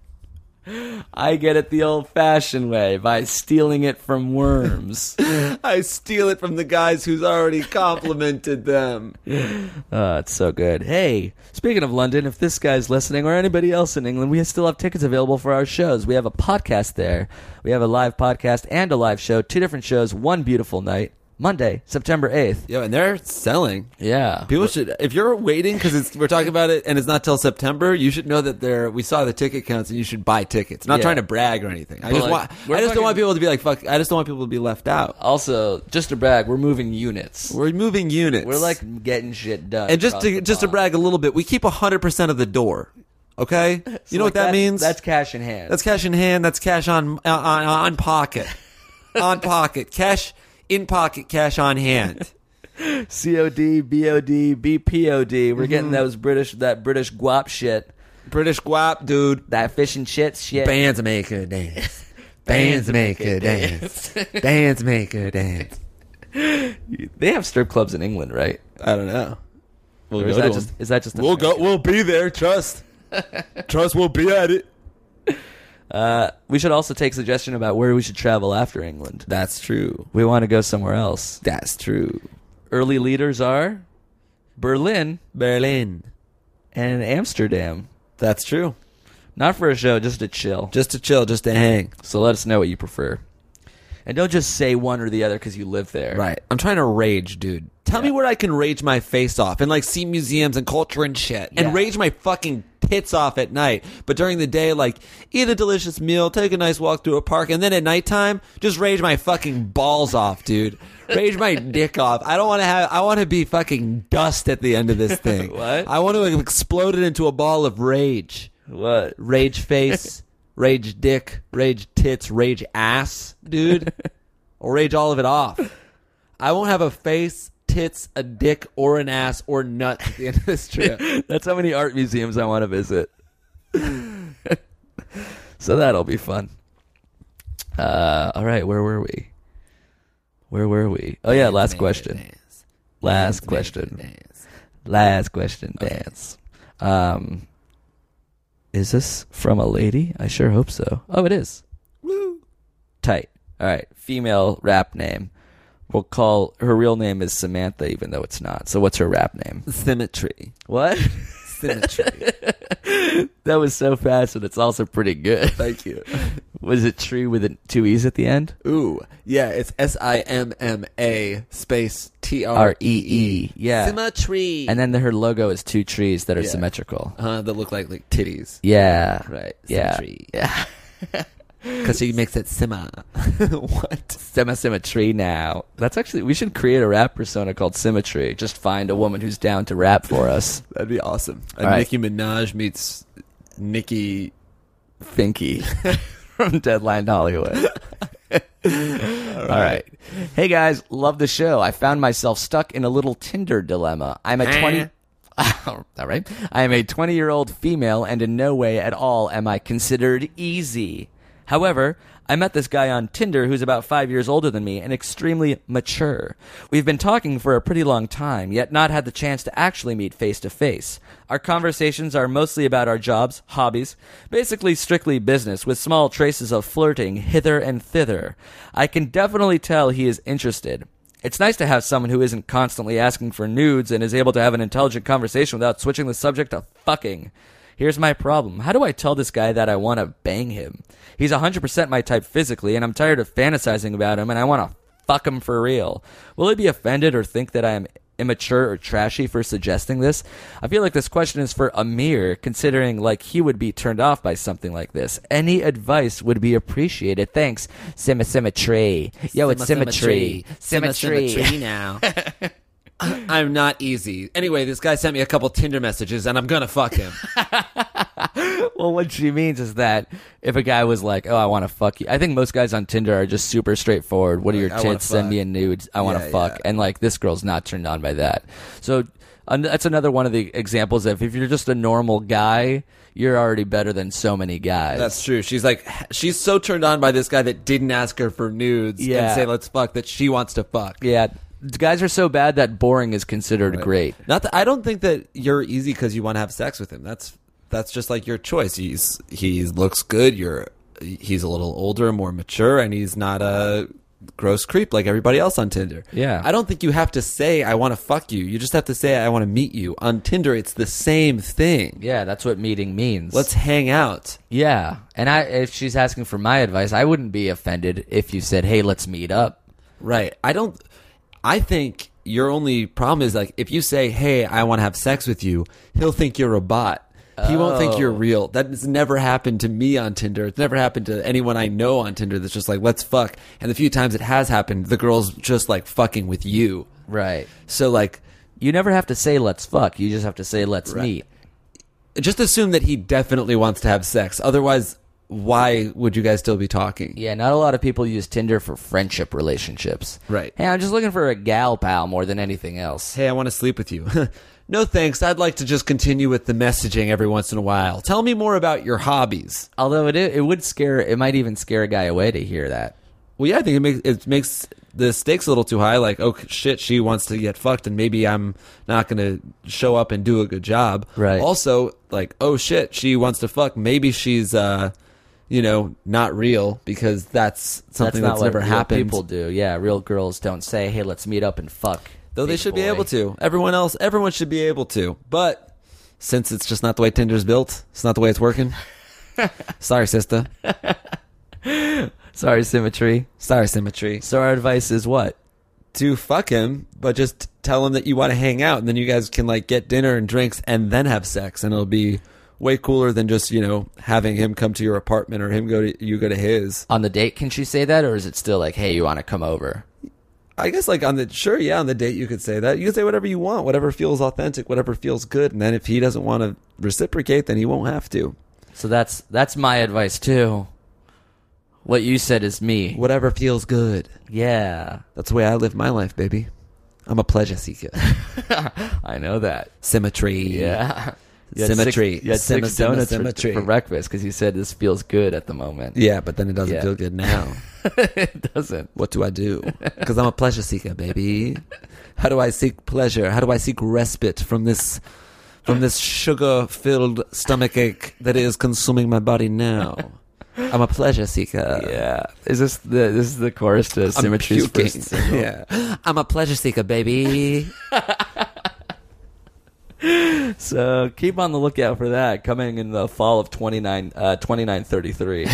[SPEAKER 6] it.
[SPEAKER 1] I get it the old fashioned way by stealing it from worms.
[SPEAKER 4] I steal it from the guys who's already complimented them.
[SPEAKER 1] Uh, it's so good. Hey, speaking of London, if this guy's listening or anybody else in England, we still have tickets available for our shows. We have a podcast there. We have a live podcast and a live show, two different shows, one beautiful night, Monday, September 8th.
[SPEAKER 4] Yo, and they're selling.
[SPEAKER 1] Yeah.
[SPEAKER 4] People should, if you're waiting because we're talking about it and it's not till September, you should know that there. We saw the ticket counts and you should buy tickets. Not
[SPEAKER 1] Yeah.
[SPEAKER 4] trying to brag or anything. I
[SPEAKER 1] But
[SPEAKER 4] just
[SPEAKER 1] like,
[SPEAKER 4] want.
[SPEAKER 1] we're
[SPEAKER 4] I just don't want
[SPEAKER 1] fucking-
[SPEAKER 4] people to be like fuck. I just don't want people to be left out.
[SPEAKER 1] Also, just to brag, we're moving units.
[SPEAKER 4] We're moving units.
[SPEAKER 1] We're like getting shit done.
[SPEAKER 4] and just
[SPEAKER 1] across
[SPEAKER 4] to
[SPEAKER 1] the
[SPEAKER 4] just to
[SPEAKER 1] pond.
[SPEAKER 4] brag a little bit, we keep hundred percent of the door. Okay, you
[SPEAKER 1] So,
[SPEAKER 4] know
[SPEAKER 1] like,
[SPEAKER 4] what that,
[SPEAKER 1] that's-
[SPEAKER 4] means?
[SPEAKER 1] That's cash in hand.
[SPEAKER 4] That's cash in hand. That's cash on uh, on, on pocket, on pocket, cash in pocket, cash on hand.
[SPEAKER 1] COD, BOD, BPOD. We're getting those British that British guap shit,
[SPEAKER 4] British guap, dude.
[SPEAKER 1] that fish and shit shit.
[SPEAKER 4] Bands make her dance. Bands make her dance. Bands make her dance.
[SPEAKER 1] They have strip clubs in England, right?
[SPEAKER 4] I don't know. We'll
[SPEAKER 1] Or is
[SPEAKER 4] go
[SPEAKER 1] that
[SPEAKER 4] to
[SPEAKER 1] just
[SPEAKER 4] 'em.
[SPEAKER 1] is that just
[SPEAKER 4] We'll go. We'll be there. Trust. Trust. We'll be at it.
[SPEAKER 1] Uh, We should also take suggestion about where we should travel after England.
[SPEAKER 4] That's true.
[SPEAKER 1] We want to go somewhere else.
[SPEAKER 4] That's true.
[SPEAKER 1] Early leaders are Berlin
[SPEAKER 4] Berlin.
[SPEAKER 1] and Amsterdam.
[SPEAKER 4] That's true.
[SPEAKER 1] Not for a show, just to chill.
[SPEAKER 4] Just to chill. Just to hang.
[SPEAKER 1] So let us know what you prefer. And don't just say one or the other because you live there.
[SPEAKER 4] Right. I'm trying to rage, dude. Tell me where I can rage my face off and like see museums and culture and shit
[SPEAKER 1] Yeah.
[SPEAKER 4] and rage my fucking tits off at night. But during the day, like eat a delicious meal, take a nice walk through a park, and then at nighttime, just rage my fucking balls off, dude. Rage my dick off. I don't want to have, I want to be fucking dust at the end of this thing.
[SPEAKER 1] What?
[SPEAKER 4] I want to explode it into a ball of rage.
[SPEAKER 1] What?
[SPEAKER 4] Rage face, rage dick, rage tits, rage ass, dude. I'll rage all of it off. I won't have a face, tits, a dick, or an ass or nuts at the end of this trip.
[SPEAKER 1] That's how many art museums I want to visit. so that'll be fun. Uh, all right, where were we? Where were we? Oh yeah, last question. Last question. Last question. Dance. Um, is this from a lady? I sure hope so. Oh, it is. Tight. All right, female rap name. We'll call her real name is Samantha, even though it's not. So what's her rap name?
[SPEAKER 4] Symmetry.
[SPEAKER 1] What?
[SPEAKER 4] Symmetry.
[SPEAKER 1] That was so fast, and it's also pretty good.
[SPEAKER 4] Thank you.
[SPEAKER 1] Was it tree with an- two e's at the end?
[SPEAKER 4] Ooh. Yeah, it's S I M M A space T
[SPEAKER 1] R E E. Yeah.
[SPEAKER 4] Symmetry.
[SPEAKER 1] and then the, her logo is two trees that are
[SPEAKER 4] Yeah.
[SPEAKER 1] symmetrical.
[SPEAKER 4] uh, that look like like titties.
[SPEAKER 1] Yeah.
[SPEAKER 4] Right.
[SPEAKER 1] Yeah.
[SPEAKER 4] Symmetry.
[SPEAKER 1] Yeah.
[SPEAKER 4] Because she makes it simmer. what?
[SPEAKER 1] Symmetry now. That's actually we should create a rap persona called Symmetry. Just find a woman who's down to rap for us.
[SPEAKER 4] That'd be awesome. A
[SPEAKER 1] All right.
[SPEAKER 4] Nicki Minaj meets Nicki.
[SPEAKER 1] Finky from Deadline Hollywood. All right. Hey guys, love the show. I found myself stuck in a little Tinder dilemma. I'm a 20 All right. I am a 20-year-old female and in no way at all am I considered easy. However, I met this guy on Tinder who's about 5 years older than me and extremely mature. We've been talking for a pretty long time, yet not had the chance to actually meet face to face. Our conversations are mostly about our jobs, hobbies, basically strictly business with small traces of flirting hither and thither. I can definitely tell he is interested. It's nice to have someone who isn't constantly asking for nudes and is able to have an intelligent conversation without switching the subject to fucking. Here's my problem. How do I tell this guy that I want to bang him? He's 100% my type physically, and I'm tired of fantasizing about him, and I want to fuck him for real. Will he be offended or think that I am immature or trashy for suggesting this? I feel like this question is for Amir, considering like he would be turned off by something like this. Any advice would be appreciated. Thanks, Symma Symmetry. Yo, it's Symmetry. Symmetry.
[SPEAKER 4] now. I'm not easy. Anyway, this guy sent me a couple Tinder messages, and I'm gonna fuck him.
[SPEAKER 1] Well, what she means is that if a guy was like, "Oh, I want to fuck you," I think most guys on Tinder are just super straightforward. What are your
[SPEAKER 4] I wanna
[SPEAKER 1] tits? Send me a nude. I want to
[SPEAKER 4] Yeah,
[SPEAKER 1] fuck.
[SPEAKER 4] yeah.
[SPEAKER 1] And like this girl's not turned on by that. So an- that's another one of the examples of if you're just a normal guy, you're already better than so many guys.
[SPEAKER 4] That's true. She's like, she's so turned on by this guy that didn't ask her for nudes
[SPEAKER 1] Yeah.
[SPEAKER 4] and say let's fuck that she wants to fuck.
[SPEAKER 1] yeah. Guys are so bad that boring is considered great.
[SPEAKER 4] Not that I don't think that you're easy because you want to have sex with him. That's that's just like your choice. He's he looks good. You're he's a little older, more mature, and he's not a gross creep like everybody else on Tinder.
[SPEAKER 1] Yeah.
[SPEAKER 4] I don't think you have to say I want to fuck you. You just have to say I want to meet you on Tinder. It's the same thing.
[SPEAKER 1] Yeah, that's what meeting means.
[SPEAKER 4] Let's hang out.
[SPEAKER 1] Yeah, and I if she's asking for my advice, I wouldn't be offended if you said, "Hey, let's meet up."
[SPEAKER 4] Right. I don't. I think your only problem is like if you say, "Hey, I want to have sex with you," he'll think you're a bot. He won't think you're real. That has never happened to me on Tinder. It's never happened to anyone I know on Tinder. That's just like, let's fuck. And the few times it has happened, the girl's just like fucking with you.
[SPEAKER 1] Right.
[SPEAKER 4] So like,
[SPEAKER 1] You never have to say "let's fuck." You just have to say "let's meet."
[SPEAKER 4] just assume that he definitely wants to have sex. Otherwise, why would you guys still be talking?
[SPEAKER 1] Yeah, not a lot of people use Tinder for friendship relationships.
[SPEAKER 4] Right.
[SPEAKER 1] Hey, I'm just looking for a gal pal more than anything else.
[SPEAKER 4] Hey, I want to sleep with you. no thanks. I'd like to just continue with the messaging every once in a while. Tell me more about your hobbies.
[SPEAKER 1] Although it it would scare it might even scare a guy away to hear that.
[SPEAKER 4] Well, yeah, I think it makes it makes the stakes a little too high. Like, oh shit, she wants to get fucked, and maybe I'm not going to show up and do a good job.
[SPEAKER 1] Right.
[SPEAKER 4] Also, like, oh shit, she wants to fuck. Maybe she's, uh, you know, not real because that's something
[SPEAKER 1] that's not
[SPEAKER 4] that's,
[SPEAKER 1] what
[SPEAKER 4] never
[SPEAKER 1] real
[SPEAKER 4] happened.
[SPEAKER 1] People do. Yeah, real girls don't say, "Hey, let's meet up and fuck."
[SPEAKER 4] Though they
[SPEAKER 1] Big
[SPEAKER 4] should be
[SPEAKER 1] boy.
[SPEAKER 4] able to. Everyone else, everyone should be able to. But since it's just not the way Tinder's built, it's not the way it's working. Sorry, sister.
[SPEAKER 1] Sorry, symmetry.
[SPEAKER 4] Sorry, symmetry.
[SPEAKER 1] So our advice is what?
[SPEAKER 4] To fuck him, but just tell him that you want to hang out, and then you guys can like get dinner and drinks, and then have sex, and it'll be way cooler than just you know having him come to your apartment or him go to you go to his.
[SPEAKER 1] On the date, can she say that, or is it still like, "Hey, you want to come over?"
[SPEAKER 4] I guess like on the sure, yeah, on the date you could say that. You could say whatever you want, whatever feels authentic, whatever feels good, and then if he doesn't want to reciprocate, then he won't have to.
[SPEAKER 1] So that's that's my advice too. What you said is me.
[SPEAKER 4] Whatever feels good.
[SPEAKER 1] Yeah,
[SPEAKER 4] That's the way I live my life, baby. I'm a pleasure seeker.
[SPEAKER 1] I know that.
[SPEAKER 4] Symmetry.
[SPEAKER 1] Yeah, You had
[SPEAKER 4] Symmetry.
[SPEAKER 1] Six, you had
[SPEAKER 4] Symma-
[SPEAKER 1] six
[SPEAKER 4] symma-
[SPEAKER 1] donuts for-
[SPEAKER 4] symmetry.
[SPEAKER 1] For, breakfast because you said this feels good at the moment.
[SPEAKER 4] Yeah, but then it doesn't
[SPEAKER 1] Yeah.
[SPEAKER 4] feel good now.
[SPEAKER 1] it doesn't.
[SPEAKER 4] what do I do? Because I'm a pleasure seeker, baby. How do I seek pleasure? How do I seek respite from this from this sugar filled stomach ache that is consuming my body now? I'm a pleasure seeker.
[SPEAKER 1] Yeah, is this the this is the chorus to
[SPEAKER 4] I'm
[SPEAKER 1] Symmetry's
[SPEAKER 4] puking.
[SPEAKER 1] first single?
[SPEAKER 4] yeah. I'm a pleasure seeker, baby.
[SPEAKER 1] So Uh, keep on the lookout for that coming in the fall of 29, uh, 2933.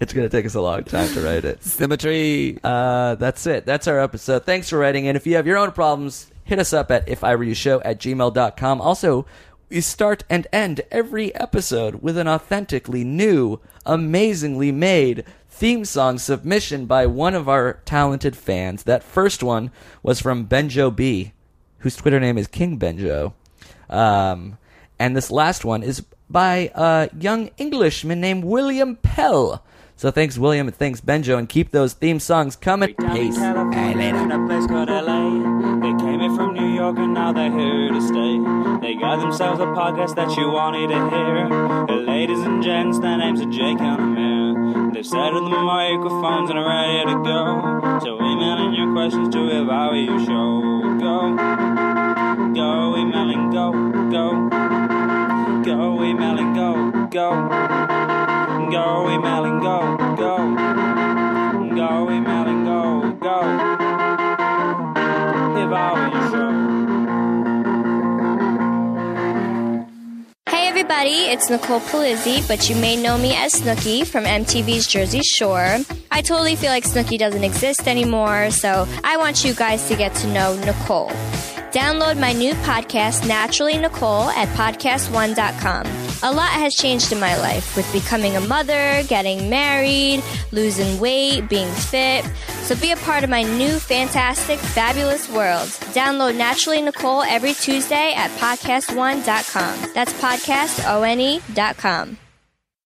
[SPEAKER 1] it's going to take us a long time to write it.
[SPEAKER 4] Symmetry.
[SPEAKER 1] Uh, that's it. That's our episode. Thanks for writing in. If you have your own problems, hit us up at ifiwereyoushow at gmail.com. Also, we start and end every episode with an authentically new, amazingly made theme song submission by one of our talented fans. That first one was from Benjo B, whose Twitter name is King Benjo. Um, and this last one is by a young Englishman named William Pell. So thanks, William, and thanks, Benjo, and keep those theme songs coming. Peace.
[SPEAKER 5] Hey, In a place called LA. They came in from New York and now they're here to stay. They got themselves a podcast that you wanted to hear. Hey, ladies and gents, their names are Jake and Amir. They've set up the microphones and are ready to go. So email in your questions to if I were you show. Go, go, email and go, go, go, email and go, go, go, email and go, go. Go, email and go, go. If I were you, sure.
[SPEAKER 7] Hey everybody, it's Nicole Polizzi, but you may know me as Snooki from MTV's Jersey Shore. I totally feel like Snooki doesn't exist anymore, so I want you guys to get to know Nicole. Download my new podcast, Naturally Nicole, at podcast1.com. A lot has changed in my life with becoming a mother, getting married, losing weight, being fit. So be a part of my new fantastic, fabulous world. Download Naturally Nicole every Tuesday at podcast1.com. That's podcast one E dot com.